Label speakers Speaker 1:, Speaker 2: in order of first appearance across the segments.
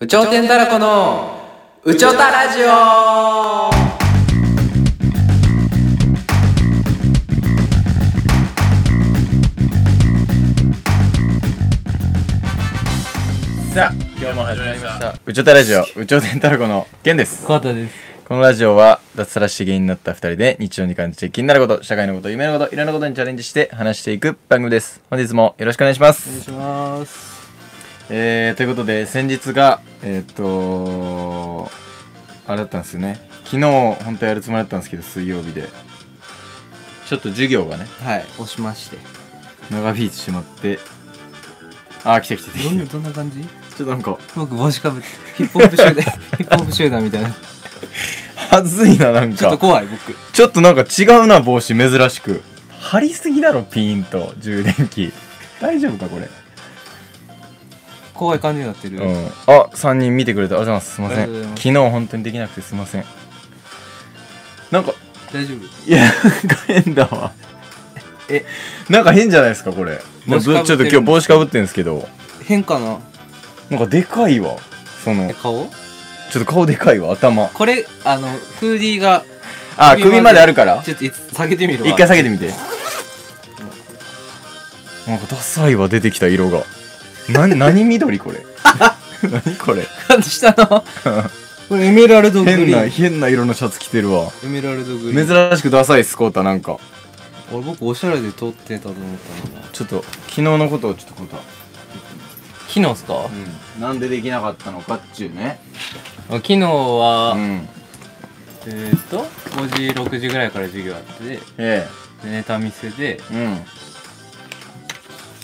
Speaker 1: 宇頂天たらこの宇宙たラジオ
Speaker 2: さあ今日も始まりました「宇宙たラジオ宇宙天太郎のケンです」
Speaker 1: 桑田です
Speaker 2: このラジオは脱サラして芸人になった2人で日常に感じて気になること社会のこと夢のこといろんなことにチャレンジして話していく番組です本日もよろしくお願いします
Speaker 1: お願いします
Speaker 2: えー、ということで先日がえーっとあれだったんですよね昨日本当はやるつもりだったんですけど水曜日でちょっと授業がね
Speaker 1: はい押しまして
Speaker 2: 長引いてしまってあー来た来た来た
Speaker 1: どんな
Speaker 2: 来た
Speaker 1: どんな感じ
Speaker 2: ちょっとなんか
Speaker 1: 僕帽子かぶってヒップホップ集団 ヒップホップ集団みたいなち
Speaker 2: はずいななんか
Speaker 1: ょっと怖い僕
Speaker 2: ちょっとなんか違うな、帽子、珍しく。張りすぎだろ、ピーンと、充電器。 大丈夫か、これ。
Speaker 1: 怖い感じになってる、
Speaker 2: うん。あ、3人見てくれて、ありがとうございます。
Speaker 1: あ
Speaker 2: す
Speaker 1: りがとうご
Speaker 2: い
Speaker 1: ざい
Speaker 2: ません。
Speaker 1: ます
Speaker 2: 昨日、本当にできなくてすいません。なんか、
Speaker 1: 大丈夫
Speaker 2: いや、なんか変だわ。え、なんか変じゃないですか、これ。
Speaker 1: 帽
Speaker 2: な
Speaker 1: 子
Speaker 2: ん
Speaker 1: かぶってる
Speaker 2: かちょっと今日帽子かぶってるんですけど、
Speaker 1: 変かな
Speaker 2: なんかでかいわ。その
Speaker 1: え、顔
Speaker 2: ちょっと顔でかいわ、頭。
Speaker 1: これあのフーディーが
Speaker 2: あ、首まであるから。
Speaker 1: ちょっといつ下げてみるわ
Speaker 2: 一回下げてみてなんかダサいわ出てきた色が な何緑これ何これ
Speaker 1: 感じしたの これエメラルドグ
Speaker 2: 変
Speaker 1: リ
Speaker 2: な
Speaker 1: ーン
Speaker 2: 変な色のシャツ着てるわ
Speaker 1: エメラルドグリーン
Speaker 2: 珍しくダサいスコータなんか
Speaker 1: 俺僕おしゃれで撮ってたと思ったのな
Speaker 2: ちょっと昨日のことをちょっとこた
Speaker 1: 昨日っすか、
Speaker 2: うんなんでできなかったのかっちゅうね
Speaker 1: 昨日は、
Speaker 2: うん
Speaker 1: えーっと5時6時ぐらいから授業あって
Speaker 2: え
Speaker 1: でネタ見せで
Speaker 2: えうん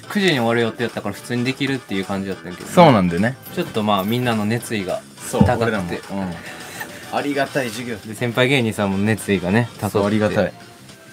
Speaker 1: 9時に終わる予定やったから普通にできるっていう感じだったんやけどね、
Speaker 2: そうなんでね
Speaker 1: ちょっとまあみんなの熱意が
Speaker 2: そ
Speaker 1: 高
Speaker 2: 俺ら
Speaker 1: く
Speaker 2: も
Speaker 1: て
Speaker 2: うんありがたい授業
Speaker 1: で先輩芸人さんも熱意がね高く
Speaker 2: そう
Speaker 1: て
Speaker 2: ありがたい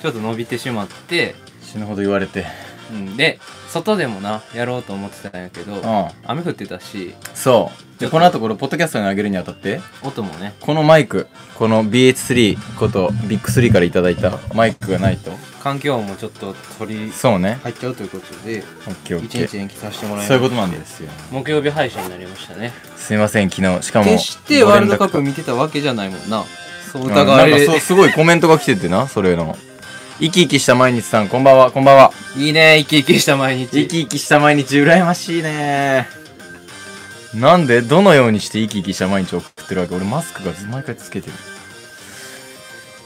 Speaker 1: ちょっと伸びてしまって、
Speaker 2: 死ぬほど言われて
Speaker 1: うん、で外でもなやろうと思ってたんやけど、
Speaker 2: うん
Speaker 1: 雨降ってたし
Speaker 2: そうでこの後これポッドキャストに上げるにあたって
Speaker 1: 音もね
Speaker 2: このマイクこの BH3 ことビッグ3からいただいたマイクがないと
Speaker 1: 環境音もちょっと取り
Speaker 2: そうね
Speaker 1: 入っちゃうということで
Speaker 2: オッケーオッケ
Speaker 1: 1日
Speaker 2: ー
Speaker 1: 延期させてもらいまし
Speaker 2: そ
Speaker 1: た
Speaker 2: ういうことなんですよ
Speaker 1: 木曜日配信になりましたね
Speaker 2: すいません昨日しかも
Speaker 1: 決してワールドカップ
Speaker 2: ご連絡
Speaker 1: 見てたわけじゃないもんなそう
Speaker 2: うん
Speaker 1: 疑われ
Speaker 2: なん
Speaker 1: る
Speaker 2: かそうすごいコメントが来ててなそれの生き生きした毎日さんこんばんはこんばんはい
Speaker 1: いね生き生きした毎日
Speaker 2: 生き生きした毎日羨ましいねなんでどのようにして生き生きした毎日を送ってるわけ俺マスクが毎回つけてる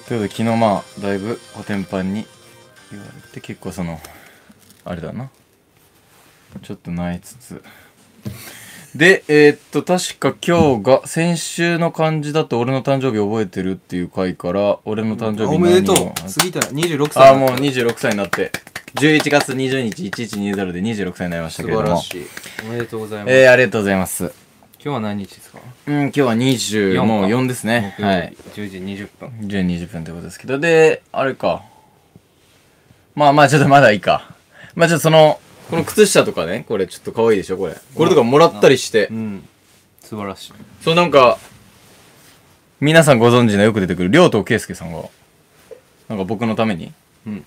Speaker 2: ということで昨日まあだいぶコテンパンに言われて結構そのあれだなちょっと泣いつつでえーっと確か今日が先週の感じだと俺の誕生日覚えてるっていう回から俺の誕生日
Speaker 1: おめでと
Speaker 2: 何を
Speaker 1: う杉田26歳
Speaker 2: ああ、もう26歳になって。11月20日1120で26歳になりました
Speaker 1: 素
Speaker 2: けれど
Speaker 1: 晴ら
Speaker 2: も。
Speaker 1: しいおめでとうございます、
Speaker 2: えー、ありがとうございます。
Speaker 1: 今日は何日ですか
Speaker 2: うん、今日は
Speaker 1: 4
Speaker 2: 20、
Speaker 1: か
Speaker 2: もう4ですね。
Speaker 1: 木曜日
Speaker 2: はい。
Speaker 1: 10時20分
Speaker 2: 10、20分ということですけど。で、あれか。まあまあ、ちょっとまだいいか。まあちょっとその、この靴下とかね、これちょっと可愛いでしょ、これ。これとかもらったりして
Speaker 1: う。ん素晴らしい
Speaker 2: そうなんか、皆さんご存知のよく出てくる、りょうとけいすけさんが、なんか僕のために
Speaker 1: うん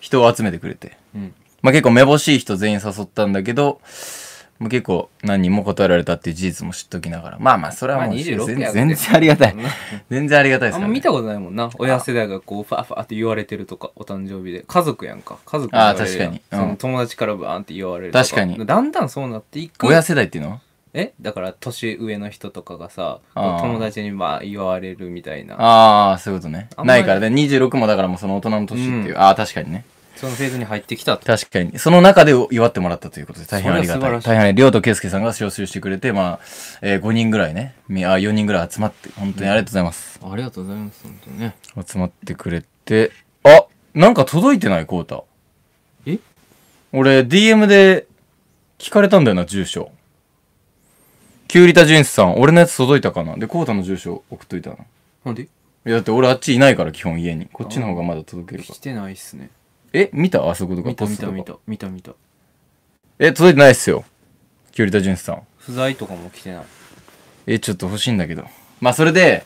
Speaker 2: 人を集めてくれて。
Speaker 1: うん
Speaker 2: まあ、結構めぼしい人全員誘ったんだけど、まあ、結構何人も断られたっていう事実も知っときながら。まあまあ、それはも
Speaker 1: ま
Speaker 2: う
Speaker 1: あ26
Speaker 2: 全
Speaker 1: や
Speaker 2: 然
Speaker 1: って
Speaker 2: 全然ありがたい
Speaker 1: うん。
Speaker 2: 全然ありがたいです
Speaker 1: あんま
Speaker 2: から、ね。
Speaker 1: 見たことないもんな親世代がこうファーファーって言われてるとかお誕生日で家族やんか家族
Speaker 2: あー
Speaker 1: 言われるやん
Speaker 2: 確か
Speaker 1: そ
Speaker 2: にうん
Speaker 1: の友達からバーンって言われると
Speaker 2: 確かに
Speaker 1: だんだんそうなっていく
Speaker 2: 親世代っていうのは
Speaker 1: えだから年上の人とかがさこ
Speaker 2: あ
Speaker 1: う
Speaker 2: ー
Speaker 1: 友達にまあ言われるみたいな
Speaker 2: ああ、そういうことね。
Speaker 1: あんま
Speaker 2: な
Speaker 1: り
Speaker 2: いからね。26もだからもうその大人の年っていう。
Speaker 1: うん
Speaker 2: ああ、確かにね。
Speaker 1: そのフェーズに入ってきたと
Speaker 2: 確かに。その中で祝ってもらったということで、大変ありが
Speaker 1: そ
Speaker 2: た
Speaker 1: れ
Speaker 2: い。
Speaker 1: は素晴らしい
Speaker 2: 大変ありがたい。りょうとけいすけさんが招集してくれて、まあ、えー、5人ぐらいね。みあー4人ぐらい集まって、本当にありがとうございます。
Speaker 1: ありがとうございます本当にね
Speaker 2: 集まってくれて、あなんか届いてないこうた。
Speaker 1: え
Speaker 2: 俺 DM で聞かれたんだよな住所キュウリタジュンスさん俺のやつ届いたかなでコウタの住所送っといたのい
Speaker 1: なんで
Speaker 2: やだって俺あっちいないから基本家にこっちの方がまだ届けるか
Speaker 1: 来てないっすね
Speaker 2: え見たあそことか
Speaker 1: 見た
Speaker 2: ポ
Speaker 1: 見
Speaker 2: ス
Speaker 1: た
Speaker 2: トとか
Speaker 1: 見た見た見た
Speaker 2: え届いてないっすよキュウリタジュンスさん
Speaker 1: 不在とかも来てない
Speaker 2: えちょっと欲しいんだけどまあそれで、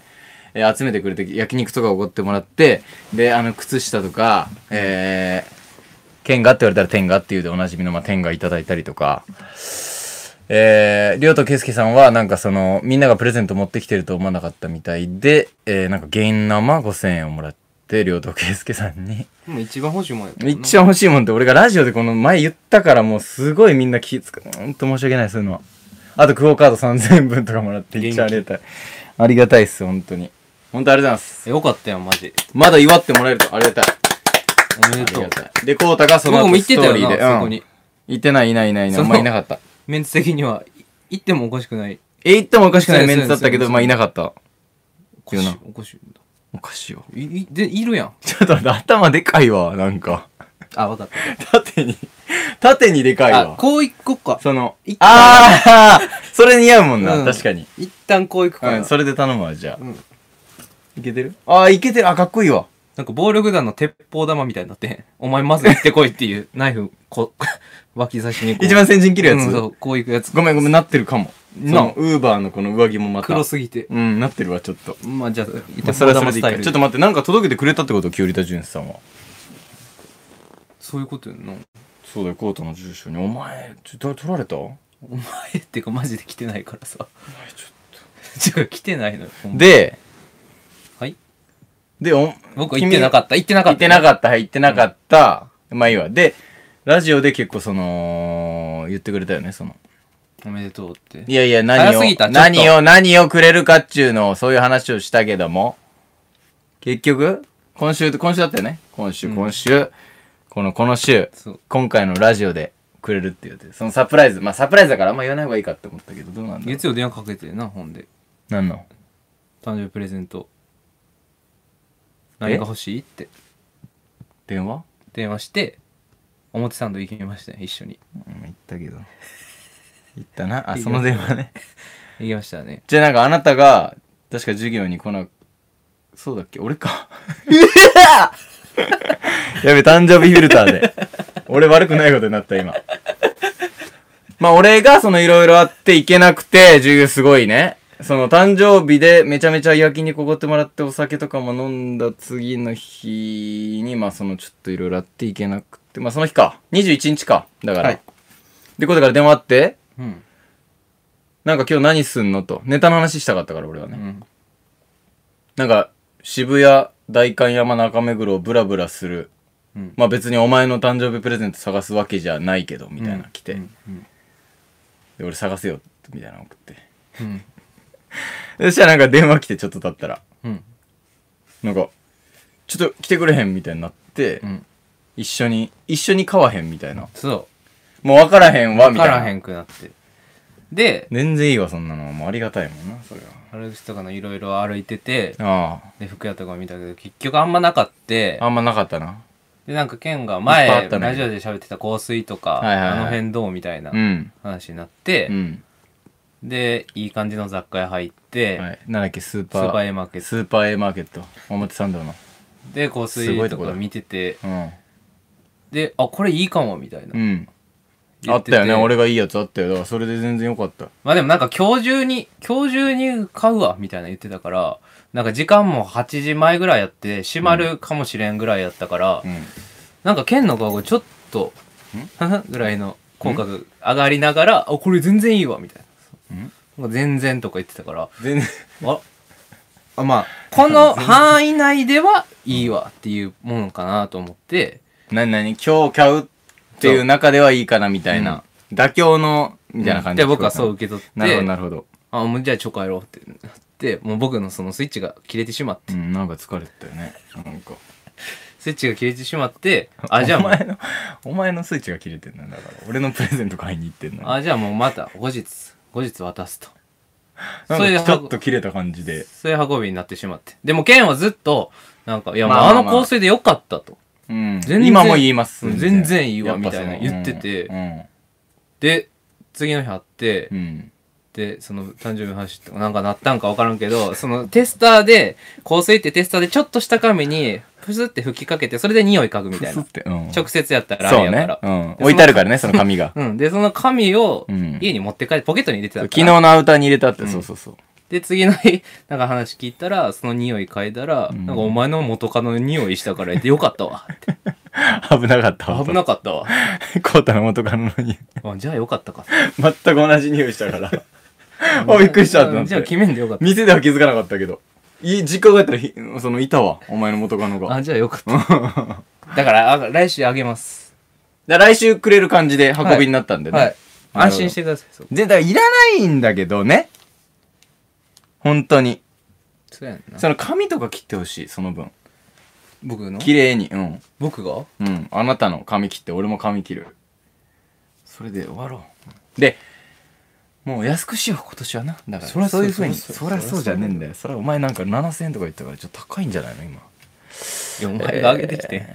Speaker 2: えー集めてくれて焼肉とかおごってもらってであの靴下とかえー、天ガって言われたら天ガっていうでおなじみの、まあ、天ガいただいたりとかえー、りょうとけすけさんは、なんかその、みんながプレゼント持ってきてると思わなかったみたいで、えー、なんか、現生5000円をもらって、りょうとけすけさんに。
Speaker 1: もう一番欲しいもんやったもんな
Speaker 2: 一番欲しいもんって、俺がラジオでこの前言ったから、もうすごいみんな気つく。ほんと申し訳ない、そういうのは。あと、クオカード3000円分とかもらって、
Speaker 1: 元気
Speaker 2: 一応ありがたい。ありがたいっす、本当に。本当ありがとうございます。
Speaker 1: よかったよマジ
Speaker 2: まだ祝ってもらえるとありがたい。
Speaker 1: おめで
Speaker 2: あり
Speaker 1: とう
Speaker 2: がたい。で、コウタがその
Speaker 1: 僕も
Speaker 2: 後
Speaker 1: 行っ
Speaker 2: ス
Speaker 1: て
Speaker 2: ト
Speaker 1: た
Speaker 2: ー
Speaker 1: よ
Speaker 2: リーで、
Speaker 1: な、
Speaker 2: うん
Speaker 1: そこに
Speaker 2: 行ってない、いない、いない、いない
Speaker 1: そ
Speaker 2: あ
Speaker 1: の
Speaker 2: んまいなかった。
Speaker 1: メンツ的には行ってもおかしくない
Speaker 2: え、行ってもおかしくないメンツだった
Speaker 1: そ
Speaker 2: け
Speaker 1: うですそうで
Speaker 2: ど、
Speaker 1: す
Speaker 2: まあいなかった。
Speaker 1: おかしい
Speaker 2: 言うな
Speaker 1: おかしいんだ
Speaker 2: おかしいよ。
Speaker 1: いいでいるやん
Speaker 2: ちょっと待って、頭でかいわ、なんか。
Speaker 1: あ分かった
Speaker 2: 縦に、縦にでかい
Speaker 1: あ
Speaker 2: わ。
Speaker 1: こう行こっか
Speaker 2: その
Speaker 1: 一、旦
Speaker 2: あー、 それ似合うもん
Speaker 1: う
Speaker 2: な、
Speaker 1: ん
Speaker 2: 確かに。
Speaker 1: 一旦こう行くか
Speaker 2: う
Speaker 1: ら、
Speaker 2: ん、それで頼むわ、じゃあ。
Speaker 1: うん
Speaker 2: いけてるあー、いけてる。あ、かっこいいわ。
Speaker 1: なんか暴力団の鉄砲玉みたいになってお前まず行ってこいっていうナイフこ う脇差しにこう
Speaker 2: 一番先陣切るや
Speaker 1: う
Speaker 2: つ
Speaker 1: ん、そ。うこう行くやつ
Speaker 2: ごめんごめん、なってるかも。
Speaker 1: そう
Speaker 2: な、ウーバーのこの上着もまた。
Speaker 1: 黒すぎて
Speaker 2: うん、なってるわ、ちょっと。
Speaker 1: まあじゃあ鉄
Speaker 2: まあそれはそれでいいか
Speaker 1: ル
Speaker 2: ちょっと待って、なんか届けてくれたってことキュウリタジュンさんは。
Speaker 1: そういうことやんな
Speaker 2: そうだよ、コートの住所に。お前、ちょ、と取られたお
Speaker 1: お前っていうかマジで来てないからさ
Speaker 2: 前ちょ
Speaker 1: ちょ来てないのよほんま
Speaker 2: で、
Speaker 1: はい
Speaker 2: で、お、
Speaker 1: 僕は行ってなかった行ってなか
Speaker 2: 行
Speaker 1: っ
Speaker 2: ったてなかった、はい、行ってなかった。まあいいわ。で、ラジオで結構その、言ってくれたよね、その。
Speaker 1: おめでとうって
Speaker 2: いやいや、何
Speaker 1: 早すぎた
Speaker 2: を、
Speaker 1: ちょっと
Speaker 2: 何を、何をくれるかっちゅうのを、そういう話をしたけども、結局、今週、今週だったよね。今週、
Speaker 1: うん
Speaker 2: 今週、この、この週、
Speaker 1: そう
Speaker 2: 今回のラジオでくれるって言って、そのサプライズ、まあサプライズだからあんま言わない方がいいかって思ったけど、どうなんだろう
Speaker 1: 月曜電話かけてなほんで
Speaker 2: 何の
Speaker 1: 誕生日プレゼント何が欲しいって
Speaker 2: 電話
Speaker 1: 電話して表参道行きましたね一緒に
Speaker 2: うん、言ったけど。言ったな。あ、
Speaker 1: いいよ
Speaker 2: その電話ね。
Speaker 1: 行きましたね
Speaker 2: じゃあなんかあなたが、確か授業に来な、そうだっけ俺か。やべ、誕生日フィルターで。俺悪くないことになった、今。まあ俺がそのいろいろあって行けなくて、授業すごいね。その誕生日でめちゃめちゃ焼き肉おごってもらってお酒とかも飲んだ次の日に、まあそのちょっといろいろあって行けなくて、まあその日か。21日か。だから。
Speaker 1: はい
Speaker 2: で、これから電話あって、
Speaker 1: うん、
Speaker 2: なんか今日何すんのと。ネタの話したかったから俺は
Speaker 1: う
Speaker 2: ね。
Speaker 1: ん、
Speaker 2: なんか渋谷、代官山、中目黒をブラブラする。
Speaker 1: うん
Speaker 2: まあ別にお前の誕生日プレゼント探すわけじゃないけど、みたいな来て。
Speaker 1: うんうん
Speaker 2: で、俺探せよ、みたいなの送って。
Speaker 1: うん
Speaker 2: そしたらなんか電話来てちょっと経ったら、
Speaker 1: うん
Speaker 2: なんか、ちょっと来てくれへんみたいになって、
Speaker 1: うん
Speaker 2: 一緒に、一緒に買わへんみたいな。
Speaker 1: そ
Speaker 2: もう分からへん
Speaker 1: う
Speaker 2: わ、
Speaker 1: 分
Speaker 2: みた
Speaker 1: か
Speaker 2: いな。
Speaker 1: らへんくなってで
Speaker 2: 全然いいわ、そんなの。もうありがたいもんな、それは。
Speaker 1: 原口とかのいろいろ歩いてて
Speaker 2: あ
Speaker 1: で服屋とかも見たけど結局あんまなかって
Speaker 2: あ。あんまなかったな。
Speaker 1: でなんか健が
Speaker 2: いっぱいあ
Speaker 1: 前、
Speaker 2: ったね
Speaker 1: ラジオで喋ってた香水とか、
Speaker 2: はいはいはい
Speaker 1: あの辺どうみたいな
Speaker 2: うん。
Speaker 1: 話になって
Speaker 2: う、ん。
Speaker 1: でいい感じの雑貨屋入って、
Speaker 2: はい。なんだっけ、スー
Speaker 1: ス
Speaker 2: パー。
Speaker 1: ーパーエーマーケット
Speaker 2: スーパー A マーケット。表参道の。
Speaker 1: で香
Speaker 2: すごい
Speaker 1: 水
Speaker 2: と
Speaker 1: と
Speaker 2: こ
Speaker 1: か
Speaker 2: だ
Speaker 1: 見てて
Speaker 2: うん。
Speaker 1: であこれいいかもみたいな、
Speaker 2: うん。
Speaker 1: 言
Speaker 2: あってた
Speaker 1: て
Speaker 2: よね。俺がいいやつあったよ。だからそれで全然よかった。
Speaker 1: まあでもなんか今日中に今日中に買うわみたいな言ってたからなんか時間も8時前ぐらいやって閉まるかもしれんぐらいやったから、
Speaker 2: うん。
Speaker 1: なんか剣の顔がちょっとん ぐらいの口角上がりながらあこれ全然いいわみたい
Speaker 2: ん
Speaker 1: ななんか全然とか言ってたから
Speaker 2: 全然。
Speaker 1: ああまあこ の範囲内ではいいわっていうものかなと思って
Speaker 2: 何何今日買うっていう中ではいいかなみたいな、妥協のみたいな感じ
Speaker 1: で僕はそう受け取
Speaker 2: なるほ
Speaker 1: っ
Speaker 2: ど
Speaker 1: て
Speaker 2: なるほど、
Speaker 1: あもうじゃあチョコやろうってなってもう僕のそのスイッチが切れてしまって
Speaker 2: うん、なんか疲れてたよねなんか
Speaker 1: スイッチが切れてしまってあじゃあ
Speaker 2: お
Speaker 1: もう
Speaker 2: 前のお前のスイッチが切れてんなんだから俺のプレゼント買いに行ってんのに
Speaker 1: あじゃあもうまた後日後日渡すと
Speaker 2: なん
Speaker 1: そういう
Speaker 2: かちょ
Speaker 1: 運
Speaker 2: っと切れた感じで
Speaker 1: そういう運びになってしまってでも剣はずっとなんかいやもう
Speaker 2: まあ
Speaker 1: あ
Speaker 2: ま
Speaker 1: の
Speaker 2: あまあ
Speaker 1: 香水でよかったと
Speaker 2: うん
Speaker 1: 全然
Speaker 2: 今も言います
Speaker 1: うん全然いいわ
Speaker 2: やっぱその
Speaker 1: みたいな言ってて
Speaker 2: うん
Speaker 1: で次の日会って
Speaker 2: うん、うん
Speaker 1: でその誕生日の話とかなんかなったんか分からんけどそのテスターで香水ってテスターでちょっとした紙にプスって吹きかけてそれで匂い嗅ぐみたい
Speaker 2: プ ス
Speaker 1: な
Speaker 2: って、うん、
Speaker 1: 直接やったらあ
Speaker 2: そ
Speaker 1: れ
Speaker 2: う
Speaker 1: やか
Speaker 2: ね
Speaker 1: ら、
Speaker 2: うん、
Speaker 1: で
Speaker 2: 置いてあるからねその紙が
Speaker 1: うん、でその紙を
Speaker 2: うん
Speaker 1: 家に持って帰ってポケットに入れてたから
Speaker 2: 昨日のアウターに入れたって、そうそうそう
Speaker 1: で次の日なんか話聞いたらその匂い嗅いだら、
Speaker 2: ん
Speaker 1: なんかお前の元カノの匂いしたからやってよかったわって
Speaker 2: 危なかったわ
Speaker 1: 危なかったわ。
Speaker 2: コータの元カノの匂い
Speaker 1: あじゃあよかったか。
Speaker 2: 全く同じ匂いしたから あびっくりしたってなって
Speaker 1: じゃあ決めんでよかった。
Speaker 2: 店では気づかなかったけどい実家帰ったらひそのいたわお前の元カノが
Speaker 1: あ、じゃあよかった。だから、あ来週あげます。
Speaker 2: で来週くれる感じで運びになったんでね、
Speaker 1: はい。安心してください。そう
Speaker 2: でだからいらないんだけどね本当に
Speaker 1: そうやんな。
Speaker 2: その髪とか切ってほしいその分
Speaker 1: 僕の
Speaker 2: 綺麗にうん
Speaker 1: 僕が
Speaker 2: うんあなたの髪切って俺も髪切るそれで終わろうでもう安くしよう今年はなだから
Speaker 1: そりゃそう
Speaker 2: いうふうに
Speaker 1: そりゃ
Speaker 2: そりゃそうじゃねえんだよそりゃお前なんか7000円とか言ったからちょっと高いんじゃないの今
Speaker 1: いや、お前があげてきて。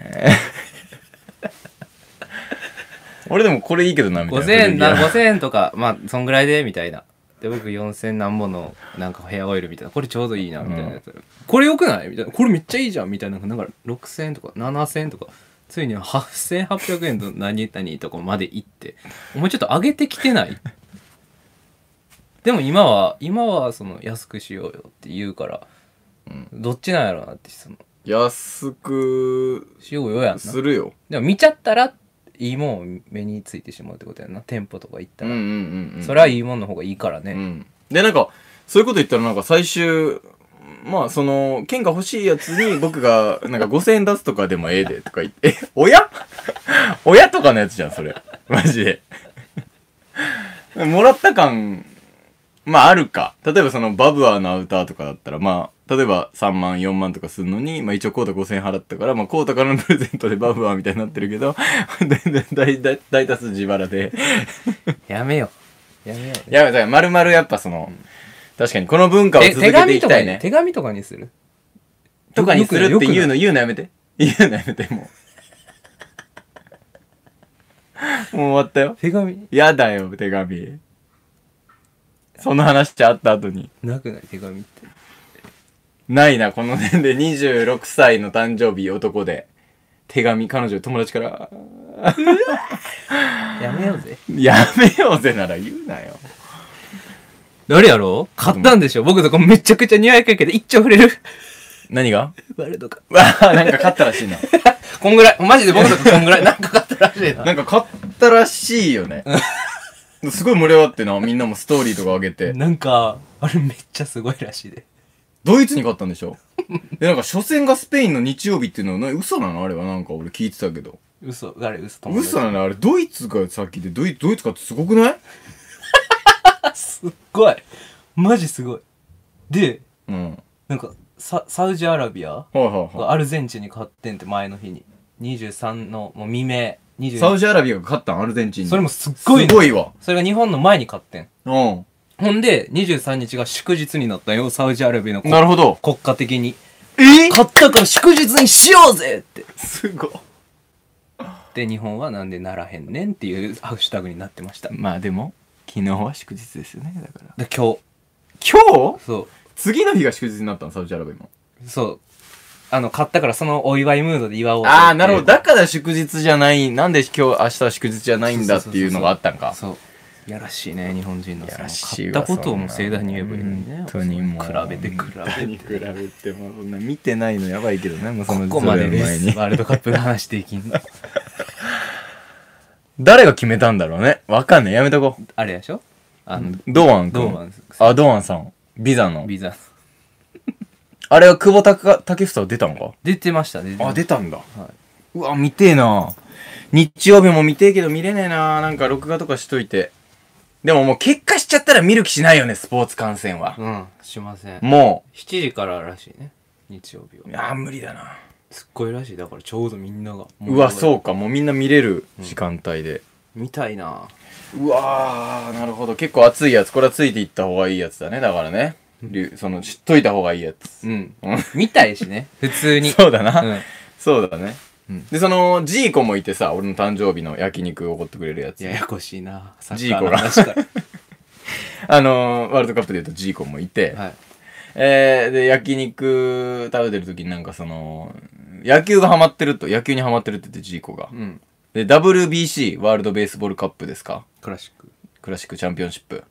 Speaker 2: 俺でもこれいいけどなみたいな
Speaker 1: 5000円な、
Speaker 2: 古着屋
Speaker 1: 5000円とか、まあ、そんぐらいで、みたいな。で、僕4000何本の、なんかヘアオイルみたいな。これちょうどいいな、みたいなやつ。これよくないみたいな。これめっちゃいいじゃんみたいな。なんか6000円とか7000円とか。ついには8800円の何々とかまで行って。お前ちょっと上げてきてない でも今は、今はその安くしようよって言うから、
Speaker 2: うん
Speaker 1: どっちなんやろうなって、その、
Speaker 2: 安く
Speaker 1: しようよやんな。
Speaker 2: するよ
Speaker 1: でも見ちゃったらいいもんを目についてしまうってことやんな店舗とか行った
Speaker 2: うん
Speaker 1: ら、
Speaker 2: うんうん、うん、
Speaker 1: それはいいもんの方がいいからね、
Speaker 2: うん、でなんかそういうこと言ったらなんか最終まあその券が欲しいやつに僕がなんか5000円出すとかでもええでとか言ってえ親 親とかのやつじゃんそれマジで もらった感まああるか例えばそのバブアーのアウターとかだったらまあ例えば3万4万とかするのに、まあ、一応コータ5000円払ったから、まあ、コータからのプレゼントでバブアーみたいになってるけど 大大大多数自腹で
Speaker 1: やめよやめよ
Speaker 2: いや、だから、まるまるやっぱその、確かにこの文化を
Speaker 1: え
Speaker 2: 続
Speaker 1: 手
Speaker 2: けてい
Speaker 1: 紙
Speaker 2: き
Speaker 1: と
Speaker 2: た
Speaker 1: か
Speaker 2: い
Speaker 1: に
Speaker 2: ね。
Speaker 1: 手紙とかにする
Speaker 2: とかにするって言う
Speaker 1: の
Speaker 2: の、言うのやめて。 言うのやめて、もう。 もう終わったよ。
Speaker 1: 手紙
Speaker 2: やだよ、手紙。その話ちゃあった後に。
Speaker 1: なくない手紙って
Speaker 2: ないな、この年齢26歳の誕生日男で。手紙、彼女、友達から、
Speaker 1: やめようぜ
Speaker 2: やめようぜなら言うなよ。
Speaker 1: 誰やろう買ったんでしょ僕とかめちゃくちゃ似合いかけど一丁触れる
Speaker 2: 何が
Speaker 1: ワールドカップ
Speaker 2: わ あ、なんか勝ったらしいな。
Speaker 1: こんぐらいマジで僕とかこんぐ らいなんか買ったらしいな
Speaker 2: なんか買ったらしいよ ね。すごい盛り上がってな、みんなもストーリーとか上げて。
Speaker 1: なんかあれめっちゃすごいらしいで
Speaker 2: ドイツに勝ったんでしょで、なんか初戦がスペインの日曜日っていうのはな、嘘なのあれはなんか俺聞いてたけど。
Speaker 1: 嘘誰嘘友達
Speaker 2: 嘘なのあれ、ドイツが先で、ドイドイツかってすごくない
Speaker 1: すっごいマジすごいで
Speaker 2: うん。はい
Speaker 1: なんかササウジアラビア
Speaker 2: はいは
Speaker 1: アルゼンチンに勝ってんって前の日に23のもう未明
Speaker 2: い。サウ
Speaker 1: 24
Speaker 2: ジアラビアが勝ったんアルゼンチンに。
Speaker 1: それもすっごい
Speaker 2: す
Speaker 1: の
Speaker 2: ごいわ。
Speaker 1: それが日本の前に勝ってん
Speaker 2: うん。
Speaker 1: ほんで23日が祝日になったんよサウジアラビアの国
Speaker 2: なるほど。
Speaker 1: 国家的に
Speaker 2: え
Speaker 1: 勝ったから祝日にしようぜって
Speaker 2: すごい。
Speaker 1: で日本はなんでならへんねんっていうハッシュタグになってましただ
Speaker 2: まあでも、昨日は祝日ですよね、だから。
Speaker 1: 今日
Speaker 2: 今日
Speaker 1: そ
Speaker 2: 次の日が祝日になったの、サウジアラビアも。
Speaker 1: うそうあの勝ったからそのお祝いムードで祝おうと
Speaker 2: ああ、なるほど。だから祝日じゃない、なんで今日、明日は祝日じゃないんだっていうのがあったんか。
Speaker 1: そうやらしいね日本人のその
Speaker 2: やらし
Speaker 1: 買っ
Speaker 2: いわ
Speaker 1: たことをもう盛大に言えばいいのにね
Speaker 2: 本当にもう
Speaker 1: 比べて比べて
Speaker 2: 比べてもう そんな見てないのやばいけどねもうその
Speaker 1: ここまでで
Speaker 2: それより
Speaker 1: す。
Speaker 2: 前に
Speaker 1: ワールドカップの話できん。
Speaker 2: 誰が決めたんだろうねわかんないやめとこう
Speaker 1: あれでしょあの、
Speaker 2: 堂安君
Speaker 1: 堂安さ
Speaker 2: あ堂安さんビザの
Speaker 1: ん、ビザ。
Speaker 2: あれは久保たか建英は出たんか
Speaker 1: 出てましたね。
Speaker 2: あ出たんだ、
Speaker 1: はいう
Speaker 2: わ見てえな日曜日も見てえけど見れねえななんか録画とかしといてでももう結果しちゃったら見る気しないよねスポーツ観戦は、
Speaker 1: うん、しません。
Speaker 2: も
Speaker 1: 7時かららしいね。日曜日
Speaker 2: う
Speaker 1: は。
Speaker 2: あー無理だな
Speaker 1: すっごいらしい。だからちょうどみんなが。。
Speaker 2: うわそううかもうみんな見れる時間帯で、
Speaker 1: 見たいな
Speaker 2: うわー、なるほど。結構熱いやつ。これはついていった方がいいやつだね。だからね。りゅその、知っといた方がいいやつ。
Speaker 1: うん。見たいし ね。普通に。
Speaker 2: そうだな。
Speaker 1: うん。
Speaker 2: そうだね。
Speaker 1: うん
Speaker 2: で、その、ジーコもいてさ、俺の誕生日の焼肉をおごってくれるやつ。
Speaker 1: ややこしいなサ
Speaker 2: ジ
Speaker 1: ッカー
Speaker 2: ーコ
Speaker 1: の
Speaker 2: が
Speaker 1: 話から。
Speaker 2: あのー、ワールドカップで言うとジーコもいて、
Speaker 1: はい。
Speaker 2: えー、で、焼肉食べてる時になんかその、野球がハマってると、野球にハマってるって言ってジーコが
Speaker 1: う。ん。
Speaker 2: で、WBC、ワールドベースボールカップですか
Speaker 1: クラシック。
Speaker 2: クラシックチャンピオンシップ。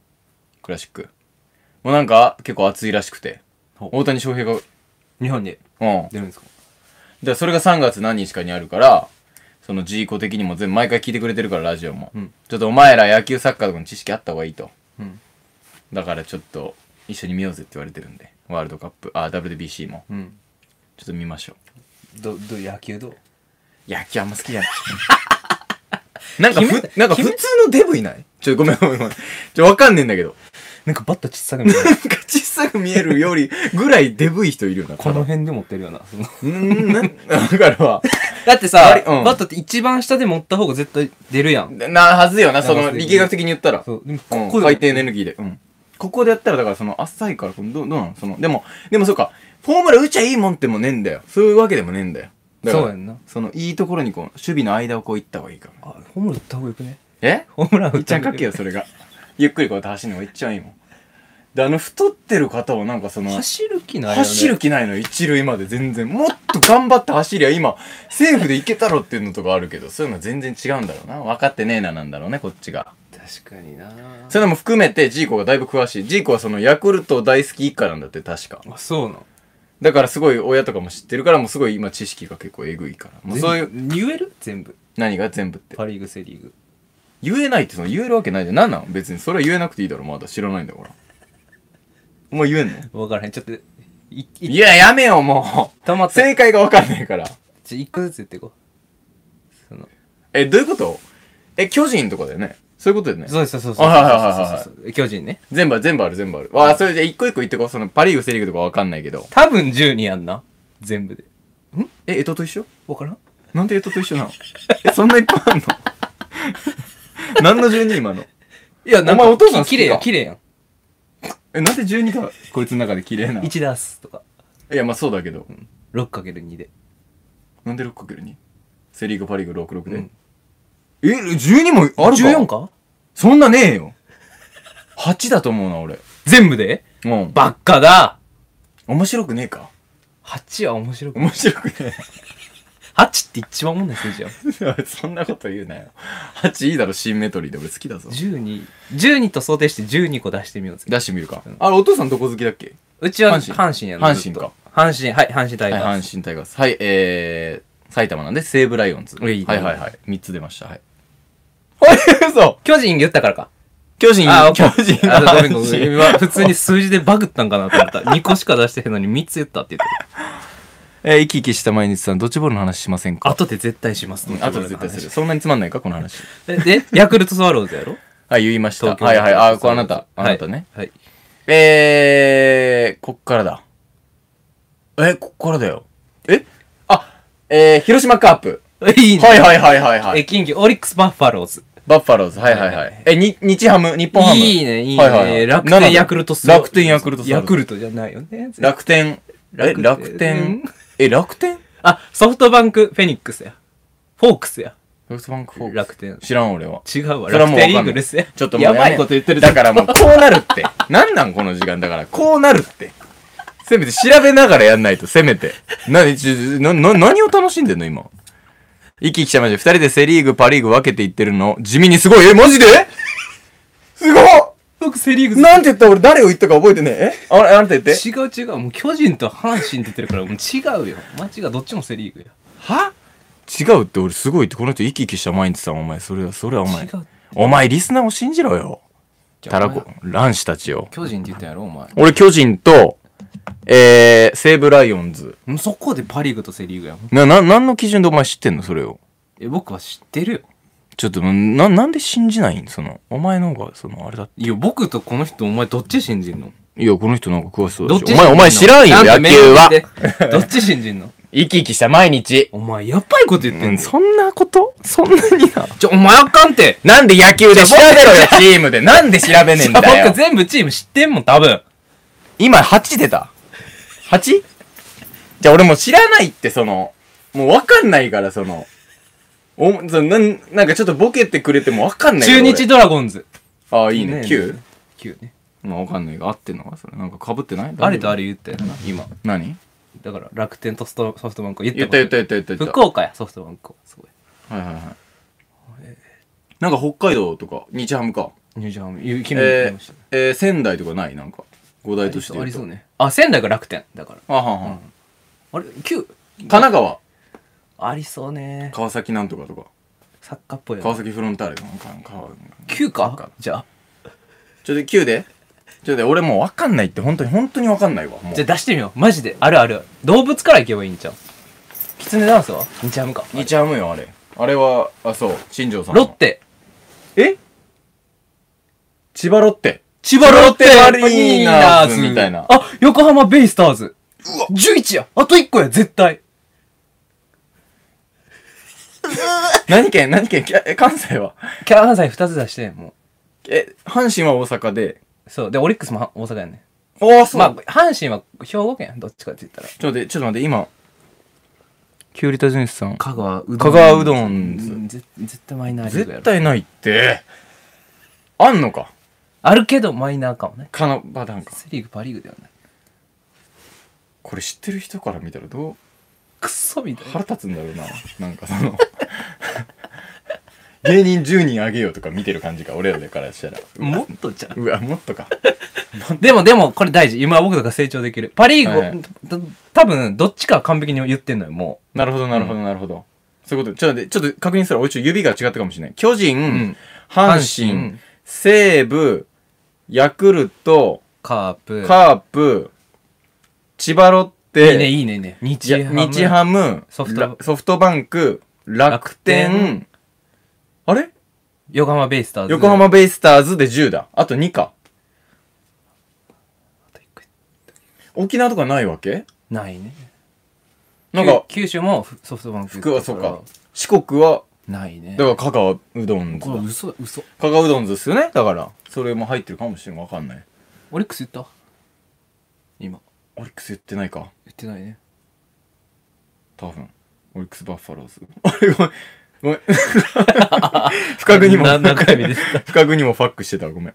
Speaker 2: クラシック。もうなんか、結構熱いらしくて。
Speaker 1: ほう
Speaker 2: 大谷翔平が、
Speaker 1: 日本で
Speaker 2: うん。
Speaker 1: 出るんですか
Speaker 2: で、それが3月何日かにあるから、そのジーコ的にも全部毎回聞いてくれてるからラジオも、
Speaker 1: うん
Speaker 2: ちょっとお前ら野球サッカーとかの知識あった方がいいと
Speaker 1: うん
Speaker 2: だからちょっと一緒に見ようぜって言われてるんでワールドカップあ WBC も
Speaker 1: うん
Speaker 2: ちょっと見ましょ
Speaker 1: どど野球どう
Speaker 2: う野球あんま好きじゃない なんか
Speaker 1: 決め
Speaker 2: ふなんか普
Speaker 1: 決
Speaker 2: 通
Speaker 1: め
Speaker 2: のデブいないちょごめんごめんごめんちょわかんねえんだけど
Speaker 1: なんかバッタ小さく見える
Speaker 2: なんか小さく見えるよりぐらいデブい人いるよな
Speaker 1: この辺で持ってるよなその
Speaker 2: うーんなんだからは
Speaker 1: だってさ、
Speaker 2: うん
Speaker 1: バットって一番下で持った方が絶対出るやん。
Speaker 2: なはずよなその力学的に言ったら
Speaker 1: そう、でも
Speaker 2: うん
Speaker 1: ここで、
Speaker 2: 回転エネルギーで、うん、ここでやったらだからその浅いからこのどうどうなのそのでもでもそうかフォームラ打っちゃいいもんってもねえんだよそういうわけでもねえんだよだから
Speaker 1: そうやんな。
Speaker 2: そのいいところにこう守備の間をこう行った方がいいから
Speaker 1: あ、ホームラン打った方がよくね。
Speaker 2: え
Speaker 1: ホームラン打
Speaker 2: いっ
Speaker 1: っ
Speaker 2: ち
Speaker 1: た
Speaker 2: ゃ
Speaker 1: 方
Speaker 2: ん
Speaker 1: が
Speaker 2: か
Speaker 1: よく
Speaker 2: っけよそれが ゆっくりこうやって走るのがいっちゃんいいもんであの太ってる方はなんかその
Speaker 1: 走る気ないよね。
Speaker 2: 走る気ないの一塁まで全然もっと頑張って走りゃ今セーフでいけたろっていうのとかあるけどそういうの全然違うんだろうな分かってねえななんだろうねこっちが
Speaker 1: 確かにな
Speaker 2: それも含めてジーコがだいぶ詳しい。ジーコはそのヤクルト大好き一家なんだって確か。
Speaker 1: あ、そうなの。
Speaker 2: だからすごい親とかも知ってるからもうすごい今知識が結構えぐいから。もうそういう、
Speaker 1: 全部言える全部。
Speaker 2: 何が全部って。
Speaker 1: パリーグ、セリーグ。
Speaker 2: 言えないってその言えるわけないじゃん。何なの別にそれは言えなくていいだろ。まだ知らないんだから。お前言えんの
Speaker 1: わからへん。ちょっと、い、い、
Speaker 2: いや、やめよも
Speaker 1: たまっ
Speaker 2: う。
Speaker 1: た。
Speaker 2: 正解がわかんないから。
Speaker 1: ちょ一個ずつ言っていこう。その、
Speaker 2: え、どういうことえ、巨人とかだよね。そういうことだよね。
Speaker 1: そうそうそうそう。
Speaker 2: あはいはいはいはい
Speaker 1: そうそうそう巨人ね。
Speaker 2: 全部ある、全部ある、全部ある。わあ、それじゃあ一個一個言ってこう。そのパリーグ、セリーグとかわかんないけど。
Speaker 1: 多分12やんな。全部で。
Speaker 2: え、えとと一緒
Speaker 1: わからん
Speaker 2: なんでエトと一緒なのえ、そんないっぱいあんの 何の12今の
Speaker 1: いや、なん
Speaker 2: お
Speaker 1: か、
Speaker 2: 前お父さん好
Speaker 1: き
Speaker 2: きか
Speaker 1: 綺麗やん、綺麗やん。
Speaker 2: え、なんで12がこいつの中で綺麗なのい
Speaker 1: 1ダースとか。
Speaker 2: や、まあそうだけど。
Speaker 1: 6×2 で。
Speaker 2: なんで 6×2? セリーグ、パリーグ、66で。
Speaker 1: うん
Speaker 2: え、12もあるか
Speaker 1: ?14 か
Speaker 2: そんなねえよ。8だと思うな、俺。
Speaker 1: 全部で
Speaker 2: うん。
Speaker 1: ばっかだ
Speaker 2: 面白くねえか
Speaker 1: !8 は面白くない。
Speaker 2: 面白くね
Speaker 1: 8って一番おもんない数字やん。
Speaker 2: え。 そんなこと言うなよ。8いいだろ、シンメトリーで。俺好きだぞ。
Speaker 1: 12、12と想定して12個出してみようぜ。
Speaker 2: 出してみるか
Speaker 1: うん。
Speaker 2: あれ、お父さんどこ好きだっけ
Speaker 1: うちは
Speaker 2: 阪神
Speaker 1: 阪神やな。ずっと
Speaker 2: 阪神か。
Speaker 1: 阪神、はい、阪神タイ
Speaker 2: はい、
Speaker 1: ガース。
Speaker 2: 阪神タイガース。はい、えー、埼玉なんで西武ライオンズ。
Speaker 1: おいいね
Speaker 2: はいはいはい。3つ出ました。はい。あ れ、嘘
Speaker 1: 巨人言ったからか。
Speaker 2: 巨人、
Speaker 1: あ、オッケ
Speaker 2: 巨
Speaker 1: ー
Speaker 2: 人、
Speaker 1: あごめん ごめん
Speaker 2: 阪神
Speaker 1: 今普通に数字でバグったんかなと思った。2個しか出してへんのに3つ言ったって言ってた。
Speaker 2: えー、生き生きした毎日さん、ドッジボールの話しませんか
Speaker 1: 後で絶対します。
Speaker 2: あとで絶対する。そんなにつまんないかこの話。
Speaker 1: る。で、ヤクルトスワローズや ろ
Speaker 2: はい、言いました。
Speaker 1: 東京
Speaker 2: はいはい。あ、これあなた。あ
Speaker 1: はい
Speaker 2: なたね。
Speaker 1: はい。
Speaker 2: えー、こっからだ。え、こっからだよ。えあ、えー、広島カープ。
Speaker 1: いいね。
Speaker 2: はいはいはいはいは
Speaker 1: え、
Speaker 2: い。
Speaker 1: 近畿、オリックスバッファローズ。
Speaker 2: バッファローズ。はいはいはい。え、に、日ハム、日本ハム。
Speaker 1: いいね、いい
Speaker 2: はいはいは
Speaker 1: ね。
Speaker 2: い
Speaker 1: 楽
Speaker 2: なの
Speaker 1: 天
Speaker 2: で
Speaker 1: ヤクルトス
Speaker 2: 楽天ヤクルトスワロ
Speaker 1: ヤ
Speaker 2: ーズ
Speaker 1: クルトじゃないよね。
Speaker 2: 楽天。え、
Speaker 1: 楽天
Speaker 2: 楽天。え、楽天
Speaker 1: あ、ソフトバンクフェニックスや。フォークスや。
Speaker 2: ソフトバンクフォークス
Speaker 1: 楽天
Speaker 2: 知らん俺は。
Speaker 1: 違うわ。
Speaker 2: それは
Speaker 1: 楽
Speaker 2: もうわかん
Speaker 1: 天イ
Speaker 2: ない
Speaker 1: ーグルスや。
Speaker 2: ちょっともう
Speaker 1: やば
Speaker 2: め
Speaker 1: い
Speaker 2: え
Speaker 1: こと言ってる。
Speaker 2: だからもうこうなるって。なんなんこの時間だから。こうなるって。せめて調べながらやんないと、せめて。な、ちな、な、何を楽しんでんの今。生き生きちゃいました。二人でセリーグ、パリーグ分けていってるの。地味にすごい。え、マジですごっ
Speaker 1: 僕セリーグ
Speaker 2: なんて言った俺誰を言ったか覚えてねえ。えあれ、あなた言って。
Speaker 1: 違う違う。もう巨人と阪神って言ってるから、もう違うよ。間違う。どっちもセリーグや。
Speaker 2: は違うって俺すごいって、この人生き生きした毎日さん、お前。それは、それはお前
Speaker 1: 違。う。
Speaker 2: お前、リスナーを信じろよ。
Speaker 1: じゃあ
Speaker 2: たらこ、乱視たちよ。
Speaker 1: 巨人って言ったんやろ、お前。
Speaker 2: 俺、巨人と、えー、西武ライオンズ。
Speaker 1: もうそこでパリーグとセリーグやもん。
Speaker 2: な、な、何の基準でお前知ってんのそれを。
Speaker 1: え、僕は知ってるよ。
Speaker 2: ちょっと、な、なんで信じないんその、お前の方が、その、あれだ。
Speaker 1: いや、僕とこの人、お前どっち信じんの
Speaker 2: いや、この人なんか詳しそう
Speaker 1: ど
Speaker 2: だ
Speaker 1: っ
Speaker 2: し。
Speaker 1: ち
Speaker 2: お前、お前知らんよ、
Speaker 1: な
Speaker 2: 野
Speaker 1: かメ
Speaker 2: 球は
Speaker 1: ー。ルでどっち信じんの
Speaker 2: 生き生きした毎日。
Speaker 1: お前、やっばいこと言って
Speaker 2: うんん、
Speaker 1: ぞ。
Speaker 2: そんなことそんなにな。
Speaker 1: ちょ、お前あかんて。
Speaker 2: なんで野球で調べろ よ、チームで。なんで調べねえんだよ
Speaker 1: 僕。全部チーム知ってんもん、多分。
Speaker 2: 今、8出た。8? じゃあ、俺もう知らないって、その、もうわかんないから、その、お、そのなん、なんかちょっとボケてくれてもわかんないから
Speaker 1: 中
Speaker 2: 俺
Speaker 1: 日ドラゴンズ。
Speaker 2: ああ、いいね。9?、
Speaker 1: 九ね。
Speaker 2: まあ、わかんないが、合ってんのかそれ。なんか被ってない
Speaker 1: あれとあ
Speaker 2: れ。
Speaker 1: れ言ったよな、今。
Speaker 2: 何
Speaker 1: だから、楽天とソフトソフトバンク言った
Speaker 2: 言った言った言った言った
Speaker 1: た
Speaker 2: 言っ
Speaker 1: 福岡や、ソフトバンクは。すごい。
Speaker 2: た。はいはいはい。なんか北海道とか、日ハムか。
Speaker 1: ニュージャーン、昨日言い
Speaker 2: え
Speaker 1: まし
Speaker 2: ーえー、仙台とかないなんか。五大都市
Speaker 1: た。ありそう
Speaker 2: ね。
Speaker 1: ね。あ、仙台が楽天。だから。
Speaker 2: あはんはん、
Speaker 1: あれ、九
Speaker 2: 神奈川。
Speaker 1: ありそうね
Speaker 2: 川崎なんとかとか
Speaker 1: サッカーっぽい
Speaker 2: 川
Speaker 1: よね
Speaker 2: 崎フロンターレなんかなんか
Speaker 1: 9
Speaker 2: か
Speaker 1: かじゃあ
Speaker 2: ちょっと9でちょっと俺もう分かんないって本当に本当に分かんないわもう
Speaker 1: じゃあ出してみようマジであるある動物からいけばいいんちゃうキツネダンスはにちゃうか
Speaker 2: 似ちゃうよあれあれはあそう新庄さんの
Speaker 1: ロッテ
Speaker 2: え千葉ロッテ
Speaker 1: 千葉ロッテ
Speaker 2: 千葉ロッテマリーナーズみたいな
Speaker 1: あ、横浜ベイスターズ。11やあと1個や絶対
Speaker 2: 何県何県きゃえ関西は
Speaker 1: 関西2つ出して、も
Speaker 2: え阪神は大阪で
Speaker 1: う。そう。で、オリックスもは大阪やね。
Speaker 2: おおそ
Speaker 1: まあ、阪神は兵庫県やどっちかって言ったら。
Speaker 2: ちょっと待ってちょっと待って今きゅうりたじんしさん
Speaker 1: 香川うどん。
Speaker 2: 香川うどんズ
Speaker 1: うんぜ絶対マイナーリーグや
Speaker 2: 絶
Speaker 1: ろ。
Speaker 2: 対ないってあんのか
Speaker 1: あるけどマイナーかもね。
Speaker 2: カナバダンか
Speaker 1: セリーグ、パリーグではない。
Speaker 2: これ知ってる人から見たらど
Speaker 1: クソみた
Speaker 2: う
Speaker 1: いな
Speaker 2: 腹。立つんだろうななんかそ の芸人10人あげようとか見てる感じか俺らでからしたら
Speaker 1: もっとじゃん。
Speaker 2: うわもっとか
Speaker 1: でもでも、これ大事。今僕とか成長できる。パリーグを、
Speaker 2: はい
Speaker 1: た多分、どっちかは完璧に言ってんのよ、も
Speaker 2: なるほどなるほどなるほど、そういうことちょっと待ってちょっと確認する俺ちょっと指が違ったかもしれない巨人、
Speaker 1: う。うん。
Speaker 2: 阪神、
Speaker 1: うん
Speaker 2: 西武ヤクルト
Speaker 1: カープ。
Speaker 2: カープ千葉ロッ
Speaker 1: いいね、
Speaker 2: テ
Speaker 1: いいね、いいね。日
Speaker 2: いや
Speaker 1: ハム
Speaker 2: 日ハム
Speaker 1: ソフト
Speaker 2: ラソフトバンク楽天
Speaker 1: 楽天
Speaker 2: あれ
Speaker 1: 横浜ベイスターズ。
Speaker 2: 横浜ベイスターズで10だあと2か沖縄とかないわけ
Speaker 1: ないね。
Speaker 2: なんか
Speaker 1: きゅ九州もふソフトバンク。
Speaker 2: 福はそうか。四国は
Speaker 1: ないね
Speaker 2: だ。から香川うどんズ
Speaker 1: こ
Speaker 2: だ
Speaker 1: れ嘘だ、嘘。
Speaker 2: 香川うどんズですよねだからそれも入ってるかもしれんわかんない
Speaker 1: オリックス言った今。
Speaker 2: オリックス言ってないか
Speaker 1: 言ってないね。
Speaker 2: 多分オリックスバッファローズ あれごめんごめん 不覚にも
Speaker 1: な何回目ですか
Speaker 2: 不覚にもファックしてたごめん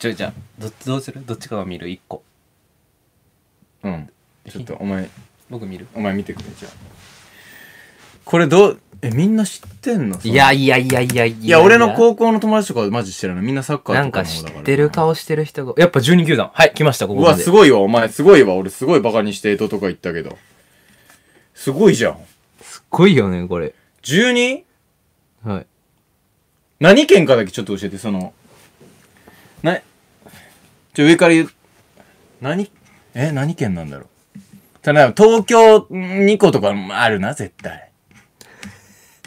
Speaker 1: ちょ、じゃあ、どどうするどっちかが見る一個。
Speaker 2: うんちょっとお前
Speaker 1: 僕見る。
Speaker 2: お前見てくれじゃあこれどうえみんな知ってんのその
Speaker 1: いやいやいやいやいや。
Speaker 2: いや俺の高校の友達とかマジ知らないみんなサッカー
Speaker 1: な
Speaker 2: と
Speaker 1: ん
Speaker 2: か
Speaker 1: か
Speaker 2: の
Speaker 1: 知
Speaker 2: 方だから
Speaker 1: ってる顔してる人が。やっぱ12球団。はい、来ました、ここ
Speaker 2: う
Speaker 1: まで。
Speaker 2: わすごいわお前すごいわ俺すごいバカにして江戸とか行ったけどすごいじゃん
Speaker 1: すっごいよね、これ。
Speaker 2: 12?
Speaker 1: はい。
Speaker 2: 何県かだけちょっと教えてそのなちょ上から言う何え何県なんだろうただ東京2個とかもあるな絶対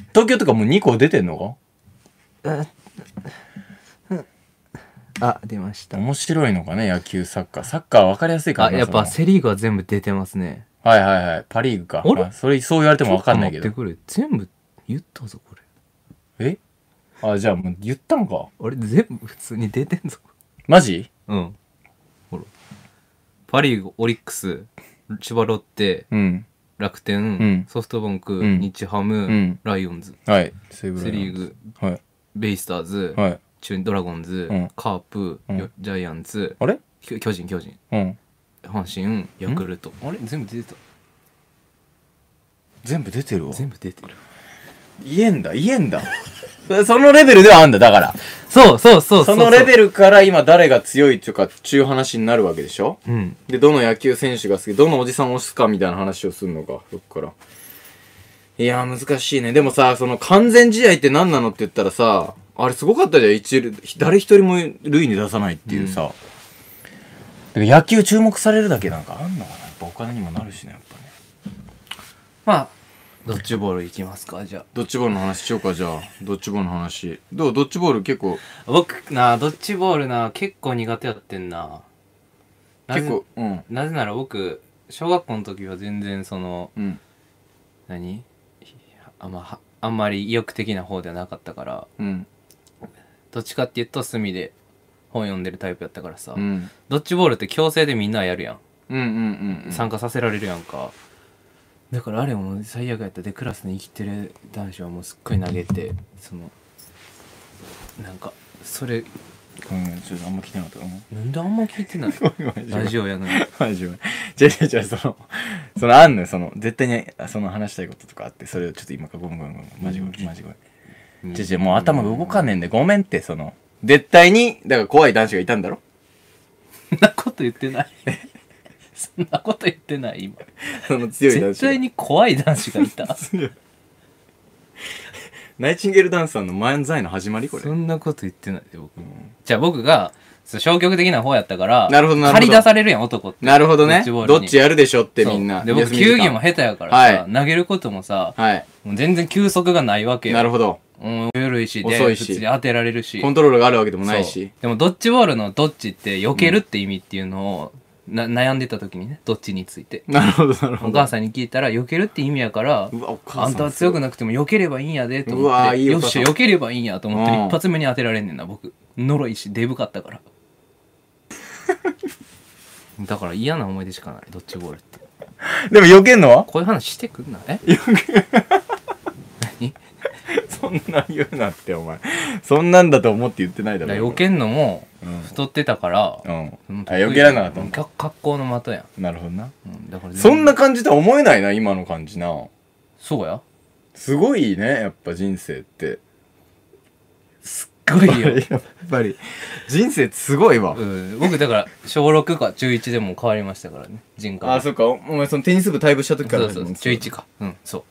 Speaker 2: 東京とかもう2個出てんの
Speaker 1: あ、出まし
Speaker 2: か
Speaker 1: た。
Speaker 2: 面白いのかね野球サッカーサッカー分かりやすいから
Speaker 1: あ、
Speaker 2: な
Speaker 1: やっぱ
Speaker 2: そ
Speaker 1: セリーグは全部出てますね。
Speaker 2: のはいはいはいパ・リーグか
Speaker 1: あれ
Speaker 2: あそれそう言われても分かんないけ
Speaker 1: ちょ
Speaker 2: ど
Speaker 1: っと待ってくれ。全部言ったぞ、これ。
Speaker 2: えあじゃあもう言ったのか
Speaker 1: あれ、全部普通に出てんぞ。
Speaker 2: マジ
Speaker 1: うん。ほら。パリーグ、オリックス、千葉ロッテ、
Speaker 2: うん
Speaker 1: 楽天、
Speaker 2: ん
Speaker 1: ソフトバンク、
Speaker 2: うん
Speaker 1: 日ハム、
Speaker 2: ん
Speaker 1: ライオンズ、
Speaker 2: はいセ
Speaker 1: セリーグ、
Speaker 2: はい
Speaker 1: ベイスターズ、
Speaker 2: はい
Speaker 1: 中ドラゴンズ、
Speaker 2: うん
Speaker 1: カープ、
Speaker 2: うん
Speaker 1: よジャイアンツ、
Speaker 2: あれ
Speaker 1: きゅ巨人、巨人、
Speaker 2: うん
Speaker 1: 阪神、ヤクルト。あれ全部出てた。
Speaker 2: 全部出てるわ
Speaker 1: 全部出てる。
Speaker 2: 言えんだ言えんだ そのレベルではあんだだから
Speaker 1: そうそうそう
Speaker 2: そのレベ
Speaker 1: ル。
Speaker 2: ルから今誰が強いとかっちゅう話になるわけでしょ
Speaker 1: うん。
Speaker 2: でどの野球選手が好きどのおじさんを推すかみたいな話をするのかそっからいやー難しいねでもさその完全試合って何なのって言ったらさあれすごかったじゃん一塁誰一人も塁に出さないっていうさ、だから野球注目されるだけなんかあんのかなやっぱお金にもなるしねやっぱね
Speaker 1: まあ、ドッジボールいきますか、じゃあ。
Speaker 2: ドッジボールの話しようかじゃあドッジボールの話どうドッジボール結構
Speaker 1: 僕なドッジボールな結構苦手やってんななぜ
Speaker 2: 結構うん
Speaker 1: なぜなら僕小学校の時は全然その
Speaker 2: うん
Speaker 1: 何あ,、まはあんまり意欲的な方ではなかったから
Speaker 2: うん
Speaker 1: どっちかっていうと隅で本読んでるタイプやったからさ、
Speaker 2: うん
Speaker 1: ドッジボールって強制でみんなやるやん
Speaker 2: うんうんうん
Speaker 1: 参加させられるやんか、だからあれも最悪やったでクラスに生きてる男子はもうすっごい投げてそのなんかそれ
Speaker 2: うんちょっとあんま来てなかったか
Speaker 1: なんであんま聞い てない
Speaker 2: な
Speaker 1: ラジオやのに
Speaker 2: オマジでじゃじゃじゃそのそのあんのよその絶対にあその話したいこととかあってそれをちょっと今からごめんごめんごめんマジごめんマジごめんじゃじゃもう頭が動かねえんでごめんってその絶対にだから怖い男子がいたんだろ
Speaker 1: そんなこと言ってない。そんなこと言ってない、今。
Speaker 2: その強い男
Speaker 1: 絶
Speaker 2: 子が
Speaker 1: 対に怖い男子がいた
Speaker 2: ナイチンゲールダンサーの漫才の始まりこれ
Speaker 1: そんなこと言ってないで僕じゃあ僕がそう消極的な方やったから
Speaker 2: なるほどなるほど
Speaker 1: 張り出されるやん男って
Speaker 2: なるほど
Speaker 1: ドッ
Speaker 2: ね
Speaker 1: ジボール
Speaker 2: ど
Speaker 1: に
Speaker 2: っちやるでしょって
Speaker 1: そう
Speaker 2: みんな
Speaker 1: で僕
Speaker 2: 休み時
Speaker 1: 球
Speaker 2: 間
Speaker 1: 技も下手やからさ、
Speaker 2: は
Speaker 1: 投げることもさ
Speaker 2: はい
Speaker 1: もう全然球速がないわけよ
Speaker 2: なるほど
Speaker 1: うん緩いしで
Speaker 2: 遅いし
Speaker 1: 普通に当てられるし
Speaker 2: コントロールがあるわけでもないし
Speaker 1: そうでもドッジボールのどっちって避けるって意味っていうのを、な悩んでた時にねどっちについて
Speaker 2: なるほどなるほ
Speaker 1: お
Speaker 2: ど
Speaker 1: 母さんに聞いたら避けるって意味やから
Speaker 2: うわお母さん
Speaker 1: あんたは強くなくても避ければいいんやでと
Speaker 2: う
Speaker 1: 思っ
Speaker 2: わ
Speaker 1: て
Speaker 2: いいお
Speaker 1: よっ
Speaker 2: 母さ
Speaker 1: し
Speaker 2: ん
Speaker 1: ゃ避ければいいんやと思って
Speaker 2: うん
Speaker 1: 一発目に当てられんねんな僕呪いしデブかったから だから嫌な思い出しかないドッジボールって
Speaker 2: でも避けんのは
Speaker 1: こういう話してくんなえ
Speaker 2: そんな言うなってお前そんなんだと思って言ってないだ
Speaker 1: だ
Speaker 2: ろ
Speaker 1: から避けんのも
Speaker 2: うん
Speaker 1: 太ってたから、
Speaker 2: うん
Speaker 1: うん
Speaker 2: あ避けられなかったんだ
Speaker 1: か格好の的やん、
Speaker 2: なるほどな
Speaker 1: うん、だから
Speaker 2: そんな感じとは思えないな今の感じな
Speaker 1: そうや
Speaker 2: すごいねやっぱ人生って
Speaker 1: すごいよ
Speaker 2: やっぱり人生すごいわ
Speaker 1: うん、僕だから小6か中1でもう変わりましたからね人格
Speaker 2: あそっかおお前そのテニス部退部した時から
Speaker 1: そ
Speaker 2: だ
Speaker 1: う
Speaker 2: もん
Speaker 1: そうそう中1かうんそ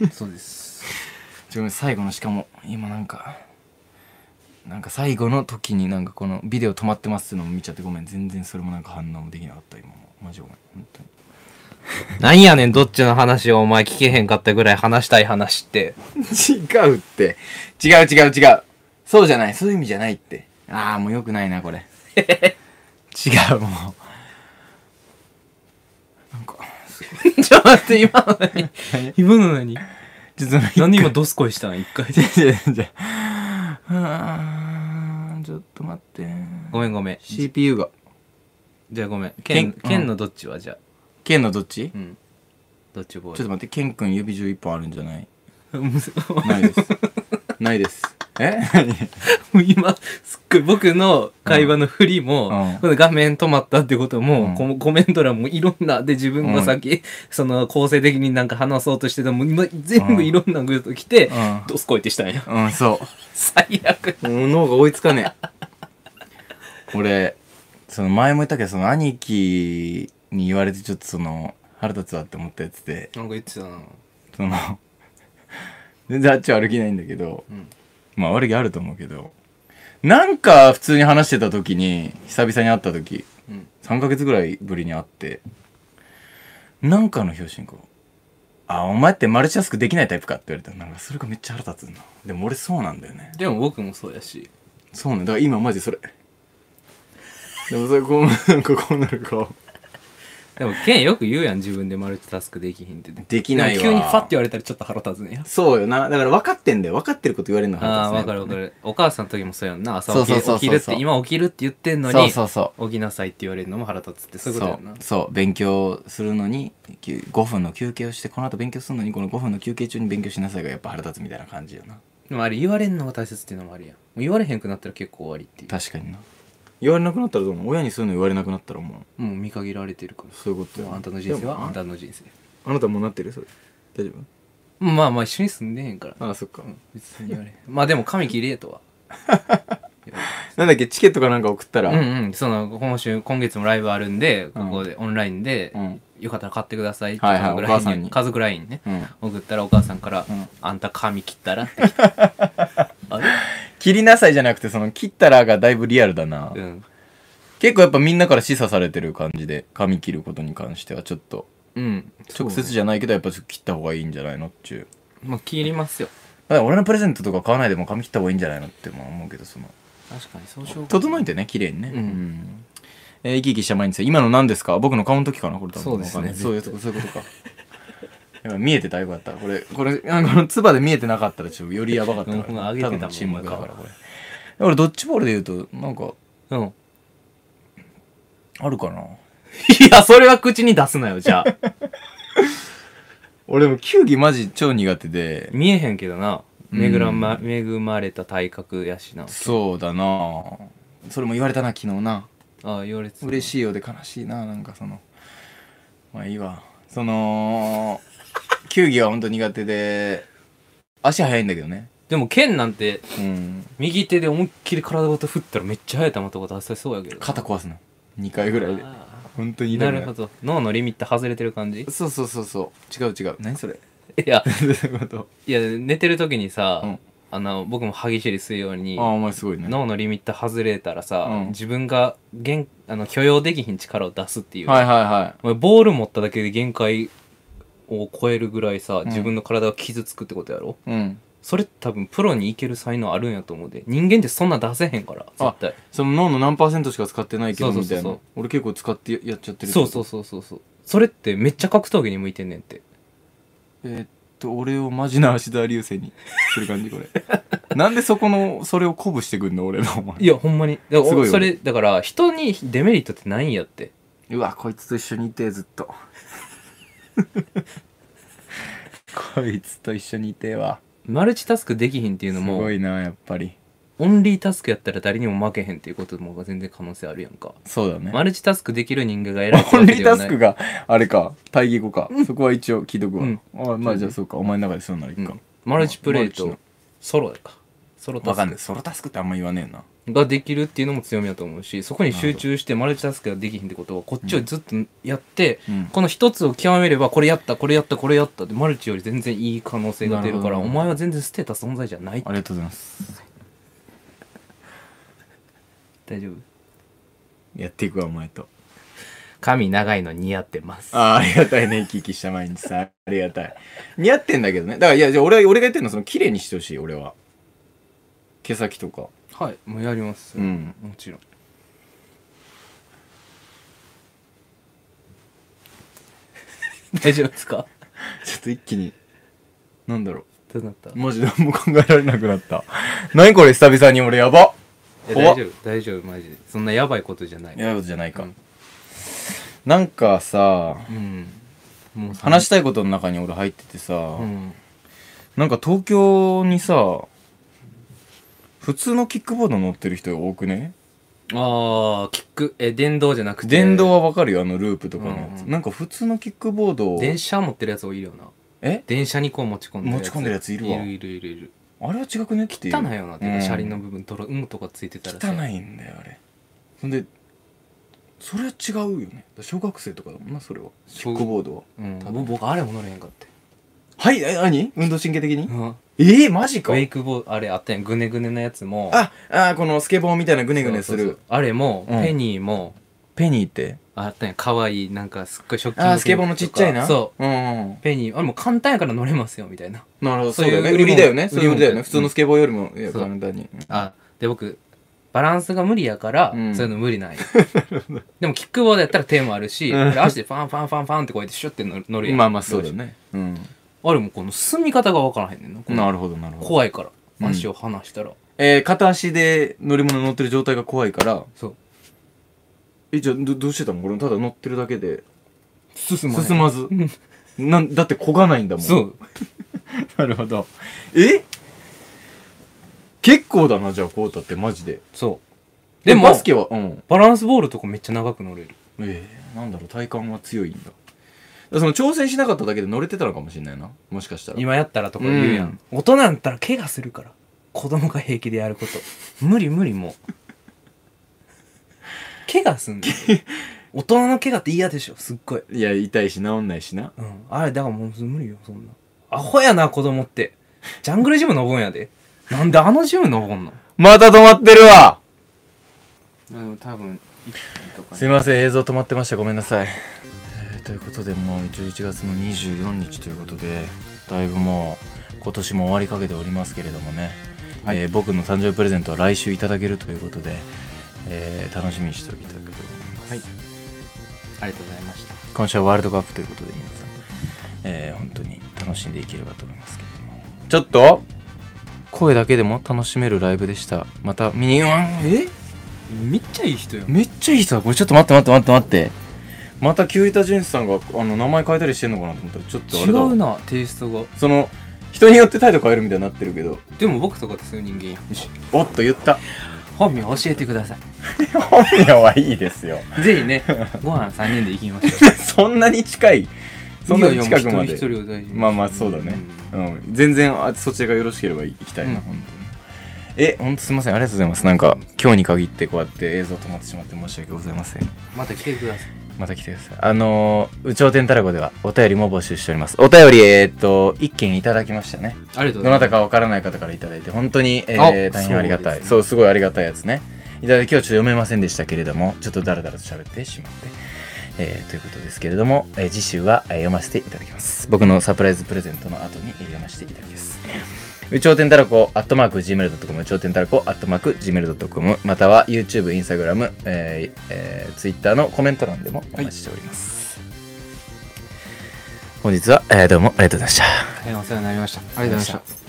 Speaker 1: う そうです
Speaker 2: 自分最後のしかも今なんかなんか最後の時になんかこのビデオ止まってますってのも見ちゃってごめん全然それもなんか反応もできなかった今もマジごめん本当に
Speaker 1: なんやねんどっちの話をお前聞けへんかったぐらい話したい話って
Speaker 2: 違うって違う違う違うそうじゃないそういう意味じゃないってああもうよくないなこれ違うもうなんか
Speaker 1: ちょっと待って今の何今の何
Speaker 2: ちょっと
Speaker 1: 何で今ドスコイしたん一回
Speaker 2: じゃじゃじゃあー ちょっと待って
Speaker 1: ごめんごめん
Speaker 2: CPU が
Speaker 1: じゃあごめん
Speaker 2: け
Speaker 1: 剣
Speaker 2: ん
Speaker 1: 剣のどっちはじゃあ
Speaker 2: 剣のどっち
Speaker 1: うんどっちボー
Speaker 2: ち
Speaker 1: ル
Speaker 2: ょっと待って剣くん指11本あるんじゃない
Speaker 1: むず
Speaker 2: ないですないですえ
Speaker 1: もう今すっごい僕の会話の振りも、
Speaker 2: うん
Speaker 1: この画面止まったってことも、
Speaker 2: うん
Speaker 1: このコメント欄もいろんなで自分がさっき、その構成的になんか話そうとしてたもう今全
Speaker 2: う
Speaker 1: 部
Speaker 2: ん
Speaker 1: いろんなグッと来て、
Speaker 2: う
Speaker 1: ドスコイってしたんや
Speaker 2: ん、うん、そ
Speaker 1: 最悪
Speaker 2: うもう脳が追いつかねえ俺その前も言ったけどその兄貴に言われてちょっとその腹立つわって思ったやつで
Speaker 1: なんか言ってたな
Speaker 2: その全然あっちは歩きないんだけど
Speaker 1: うん
Speaker 2: まあ悪気あると思うけどなんか普通に話してた時に久々に会った時
Speaker 1: うん
Speaker 2: 3ヶ月ぐらいぶりに会ってなんかの表紙にこう「あお前ってマルチタスクできないタイプか」って言われたらなんかそれがめっちゃ腹立つなでも俺そうなんだよね
Speaker 1: でも僕もそうやし
Speaker 2: そうなんだから今マジそれでもそれこうなんかこうなる顔
Speaker 1: でもケンよく言うやん自分でマルチタスクできひんって
Speaker 2: できないわ
Speaker 1: でも急にファって言われたらちょっと腹立つねや
Speaker 2: そうよなだから分かってんだよ分かってること言われるの
Speaker 1: ああ
Speaker 2: 腹
Speaker 1: ーわ
Speaker 2: 立
Speaker 1: か
Speaker 2: つね
Speaker 1: るわかるお母さんの時もそうやんな朝
Speaker 2: そう
Speaker 1: 起
Speaker 2: そう
Speaker 1: き
Speaker 2: そうそう
Speaker 1: 起きるって今起きるって言ってんのに
Speaker 2: そうそうそう
Speaker 1: 起きなさいって言われるのも腹立つってそういうこと
Speaker 2: そ
Speaker 1: や
Speaker 2: うん
Speaker 1: な
Speaker 2: そう勉強するのにきゅ5分の休憩をしてこの後勉強するのにこの5分の休憩中に勉強しなさいがやっぱ腹立つみたいな感じよな
Speaker 1: でもあれ言われんのが大切っていうのもあるやんもう言われへんくなったら結構終わりっていう
Speaker 2: 確かにな言われなくなったらどう思う親にそういうの言われなくなったらもう
Speaker 1: もう見限られてるか
Speaker 2: そういうこと
Speaker 1: ら
Speaker 2: よ
Speaker 1: もうあんたの人生
Speaker 2: で
Speaker 1: は
Speaker 2: も
Speaker 1: あんたの人生
Speaker 2: あなたもうなってるそれ大丈
Speaker 1: まあまあ一緒に住んでへんから
Speaker 2: 夫ああそっか、
Speaker 1: 別に言わ れへんまあでも髪切れとは
Speaker 2: なんだっけチケットかなんか送ったら
Speaker 1: うんうんその今週今月もライブあるんで
Speaker 2: う
Speaker 1: こ
Speaker 2: ん
Speaker 1: こでオンラインで
Speaker 2: うん
Speaker 1: よかったら買ってくださいって
Speaker 2: はいはい
Speaker 1: 家族
Speaker 2: お母さん
Speaker 1: LINE
Speaker 2: に
Speaker 1: 家族 LINE ね
Speaker 2: うん
Speaker 1: 送ったらお母さんから
Speaker 2: うん
Speaker 1: 「あんた髪切ったら?」 って来てあれ
Speaker 2: 切りなさいじゃなくてその切ったらがだいぶリアルだな、
Speaker 1: うん
Speaker 2: 結構やっぱみんなから示唆されてる感じで髪切ることに関してはちょっと
Speaker 1: うん
Speaker 2: 直接じゃないけどやっぱちょっと切った方がいいんじゃないのっちゅう
Speaker 1: まあ切りますよ
Speaker 2: だから俺のプレゼントとか買わないでも髪切った方がいいんじゃないのってまあ思うけどその
Speaker 1: 確かにそうしようか
Speaker 2: 整えてね綺麗にね
Speaker 1: うん
Speaker 2: えー生き生きした毎日今の何ですか僕の顔の時かなこれ多分
Speaker 1: そうですね
Speaker 2: わかんないそういうとこそういうことか やっぱ見えてたよかったこれこれあのこの唾で見えてなかったらちょっとよりやばかったから
Speaker 1: うん上げてたもん
Speaker 2: の沈黙だからこれ俺ドッジボールで言うとなんか
Speaker 1: うん
Speaker 2: あるかない
Speaker 1: や、それは口に出すなよ、じゃあ。
Speaker 2: 俺も球技マジ超苦手で
Speaker 1: 見えへんけどな。
Speaker 2: うん
Speaker 1: 恵らま、恵まれた体格やしな。
Speaker 2: そうだなそれも言われたな昨日な
Speaker 1: ああ、言われてた。
Speaker 2: 嬉しいようで悲しいななんかそのまあいいわその球技は本当苦手で足速いんだけどね
Speaker 1: でも、剣なんて、
Speaker 2: うん
Speaker 1: 右手で思いっきり体ごと振ったらめっちゃ速い球とか出せそうやけど。
Speaker 2: 肩壊すの2回ぐらいで
Speaker 1: あ
Speaker 2: 本当に痛
Speaker 1: な
Speaker 2: く
Speaker 1: るほど脳のリミット外れてる感じ
Speaker 2: そうそうそうそう違う違う何 それ
Speaker 1: いや
Speaker 2: どういうこと
Speaker 1: いや寝てる時にさ、
Speaker 2: うん
Speaker 1: あの僕も歯ぎしりするように
Speaker 2: ああお前すごいねは
Speaker 1: 脳のリミット外れたらさ、
Speaker 2: うん
Speaker 1: 自分が限あの許容できひん力を出すってい、
Speaker 2: いうはいはい
Speaker 1: お前ボール持っただけで限界を超えるぐらいさ
Speaker 2: ん
Speaker 1: 自分の体が傷つくってことやろ、
Speaker 2: うん
Speaker 1: それって多分プロに行ける才能あるんやと思うで人間ってそんな出せへんから絶対
Speaker 2: その脳の何パーセントしか使ってないけど
Speaker 1: そう
Speaker 2: み
Speaker 1: そうそう
Speaker 2: たい
Speaker 1: そう
Speaker 2: な俺結構使ってややっちゃってる
Speaker 1: そうそうそうそうそうそれってめっちゃ格闘技に向いてんねんって
Speaker 2: えーっと俺をマジな芦田流星に する感じこれなんでそこのそれを鼓舞してくんの俺のお前
Speaker 1: いやほんまにだ
Speaker 2: すごいよ
Speaker 1: それだから人にデメリットってないんやって
Speaker 2: うわこいつと一緒にいてずっ とこいつと一緒にいてわ
Speaker 1: マルチタスクできひんっていう
Speaker 2: す
Speaker 1: のも
Speaker 2: ごいなやっぱり
Speaker 1: オンリータスクやったら誰にも負けへんっていうことの方が全然可能性あるやんか
Speaker 2: そうだね
Speaker 1: マルチタスクできる人間が偉いって
Speaker 2: オ
Speaker 1: わ
Speaker 2: ン
Speaker 1: け
Speaker 2: リー
Speaker 1: では
Speaker 2: タ
Speaker 1: な
Speaker 2: ス
Speaker 1: い
Speaker 2: クがあれか対義語か、そこは一応聞いとくわ、
Speaker 1: うん
Speaker 2: あまあじゃあそうかお前の中でそうならいいか、
Speaker 1: うんマルチプレイ
Speaker 2: マル
Speaker 1: と
Speaker 2: チ
Speaker 1: ソロやかソロ
Speaker 2: わ
Speaker 1: タ
Speaker 2: か
Speaker 1: ス
Speaker 2: んない
Speaker 1: ク
Speaker 2: ソロタスクってあんま言わねえな
Speaker 1: ができるっていうのも強みだと思うしそこに集中してマルチタスクができひんってことはこっちをずっとやって、
Speaker 2: うん
Speaker 1: この一つを極めればこれやったこれやったこれやったってマルチより全然いい可能性が出るから
Speaker 2: なるほど
Speaker 1: お前は全然捨てた存在じゃない
Speaker 2: ありがとうございます
Speaker 1: 大丈夫
Speaker 2: やっていくわお前と
Speaker 1: 髪長いの似合ってます
Speaker 2: ああありがたいね生き生きした毎日さ ありがたい似合ってんだけどねだからいやじゃあ俺は俺が言ってんのはその綺麗にしてほしい俺は毛先とか
Speaker 1: はいもうやります、
Speaker 2: うん
Speaker 1: もち ろん大丈夫ですか
Speaker 2: ちょっと一気になんだろ
Speaker 1: どうなった
Speaker 2: うマジ何も考えられなくなった 何これ久々に俺やば
Speaker 1: いや
Speaker 2: 怖
Speaker 1: 大
Speaker 2: っ
Speaker 1: 丈夫大丈夫マジでそんなやばいことじゃない
Speaker 2: やばいことじゃないか、
Speaker 1: うん
Speaker 2: なんかさ
Speaker 1: うんもうさ
Speaker 2: 話したいことの中に俺入っててさ、
Speaker 1: うん
Speaker 2: なんか東京にさ普通のキックボード乗ってる人が多くね
Speaker 1: ああキックえ電動じゃなくて
Speaker 2: 電動はわかるよあのループとかのやつ、
Speaker 1: うんうん
Speaker 2: なんか普通のキックボードを
Speaker 1: 電車持ってるやつ多いるよな
Speaker 2: え
Speaker 1: 電車にこう持ち込んで
Speaker 2: 持ち込んでるやついるわ
Speaker 1: いるいるいるいる
Speaker 2: あれは違くね来て
Speaker 1: 汚いよなて
Speaker 2: う
Speaker 1: か
Speaker 2: ん
Speaker 1: 車輪の部分泥うんとかついてたら
Speaker 2: 汚いんだよあれほんでそれは違うよね小学生とかだもんなそれはキ
Speaker 1: 小
Speaker 2: ックボードは
Speaker 1: うん
Speaker 2: 多分
Speaker 1: 僕あれも乗れへんかって
Speaker 2: はいえ何運動神経的に
Speaker 1: うん
Speaker 2: ええマジ
Speaker 1: ウ
Speaker 2: か
Speaker 1: ェイクボードあれあったやんグネグネのやつも
Speaker 2: ああこのスケボーみたいなグネグネす
Speaker 1: そう
Speaker 2: る
Speaker 1: そうそうあれも
Speaker 2: うん
Speaker 1: ペニーも
Speaker 2: ペニーって
Speaker 1: あったやん可愛いなんかすっごいショッキング
Speaker 2: あースケボーのちっちゃいな、
Speaker 1: そう
Speaker 2: うんうん
Speaker 1: う、ペニーあれもう簡単やから乗れますよみたいな
Speaker 2: なるほど
Speaker 1: そ
Speaker 2: そううだよね
Speaker 1: いう売
Speaker 2: 売
Speaker 1: り
Speaker 2: り
Speaker 1: 物
Speaker 2: だよねそういう売りだよ
Speaker 1: うん
Speaker 2: ね普通のスケボーよりもいや
Speaker 1: そう
Speaker 2: 簡単に
Speaker 1: あで僕バランスが無理やから、
Speaker 2: うん
Speaker 1: そういうの無理 ないでもキックボードやったら手もあるし、
Speaker 2: うん
Speaker 1: あれ足でファンファンファンファンってこうやってシュッて乗る乗るやん
Speaker 2: まあまあそうだねうん
Speaker 1: あれもこの進み方が分からへんねんなこの
Speaker 2: なるほどなるほど
Speaker 1: 怖いから
Speaker 2: うん
Speaker 1: 足を離したら、
Speaker 2: えー片足で乗り物乗ってる状態が怖いから
Speaker 1: そう
Speaker 2: えじゃあどどうしてたの俺ただ乗ってるだけで
Speaker 1: 進まない
Speaker 2: 進まず
Speaker 1: ん
Speaker 2: なんだってこがないんだもん
Speaker 1: そう
Speaker 2: なるほどえ結構だなじゃあこうたってマジで
Speaker 1: そう
Speaker 2: で
Speaker 1: で
Speaker 2: も
Speaker 1: も
Speaker 2: バスケはうん
Speaker 1: バランスボールとかめっちゃ長く乗れる
Speaker 2: ええなんだろう体感は強いんだだからその挑戦しなかっただけで乗れてたのかもしれないなもしかしたら
Speaker 1: 今やったらとか言うやん、大人だったら怪我するから子供が平気でやること無理無理もう怪我すん の大人の怪我って嫌でしょすっごい、
Speaker 2: いや痛いし治んないしな
Speaker 1: うん、あれだからもう無理よそんなアホやな子供ってジャングルジム登んやでなんであのジム登んの
Speaker 2: また止まってるわ
Speaker 1: 多分とか
Speaker 2: すいません映像止まってましたごめんなさい、えーということでもう11月の24日ということでだいぶもう今年も終わりかけておりますけれどもね、
Speaker 1: はい
Speaker 2: えー僕の誕生日プレゼントは来週いただけるということで、えー楽しみにしておきたいと思います、
Speaker 1: はいありがとうございました
Speaker 2: 今週はワールドカップということで皆さん、えー本当に楽しんでいければと思いますけれどもちょっと声だけでも楽しめるライブでしたまたミニワンえ
Speaker 1: めっちゃいい人やん
Speaker 2: めっちゃいい人だこれちょっと待って待って待って待ってまたキュウイタジュンスさんがあの名前変えたりしてんのかなと思ったらちょっとあ
Speaker 1: 違
Speaker 2: れだわ
Speaker 1: うなテイストが
Speaker 2: その人によって態度変えるみたいになってるけど
Speaker 1: でも僕とかってそういう人間やん
Speaker 2: おっと言った
Speaker 1: 本名教えてください
Speaker 2: 本名はいいですよ
Speaker 1: ぜひね、ご飯3人で行きましょ
Speaker 2: そんなに近い そんなに近くま
Speaker 1: いやいやもう一人
Speaker 2: で
Speaker 1: 一人を大事に
Speaker 2: まあまあそうだねうん、全然あそちらがよろしければ行きたいな、
Speaker 1: うん
Speaker 2: 本当にえ本当すいませんありがとうございますなんか今日に限ってこうやって映像止まってしまって申し訳ございません
Speaker 1: また来てください。
Speaker 2: また来てください。あのー、有頂天たらこではお便りも募集しております。お便り、えーっと、1件いただきましたね。
Speaker 1: ありがとうご
Speaker 2: ど
Speaker 1: ざい
Speaker 2: な
Speaker 1: ます
Speaker 2: たかわからない方からいただいて、本当に、えー
Speaker 1: あ
Speaker 2: 大変ありがたい。そう,、
Speaker 1: そうですね
Speaker 2: すごいありがたいやつね。いただいて、今日ちょっと読めませんでしたけれども、ちょっとダラダラと喋ってしまって。えーということですけれども、えー次週は、えー読ませていただきます。僕のサプライズプレゼントの後に、えー読ませていただきます。有頂天たらこ、アットマーク、gmail.com、有頂天たらこ、アットマーク、gmail.com、または YouTube、Instagram、えーえー Twitter のコメント欄でもお待ちしております。本日は、えーどうもありがとうございました。
Speaker 1: 大変お世話になりましたありがとうございました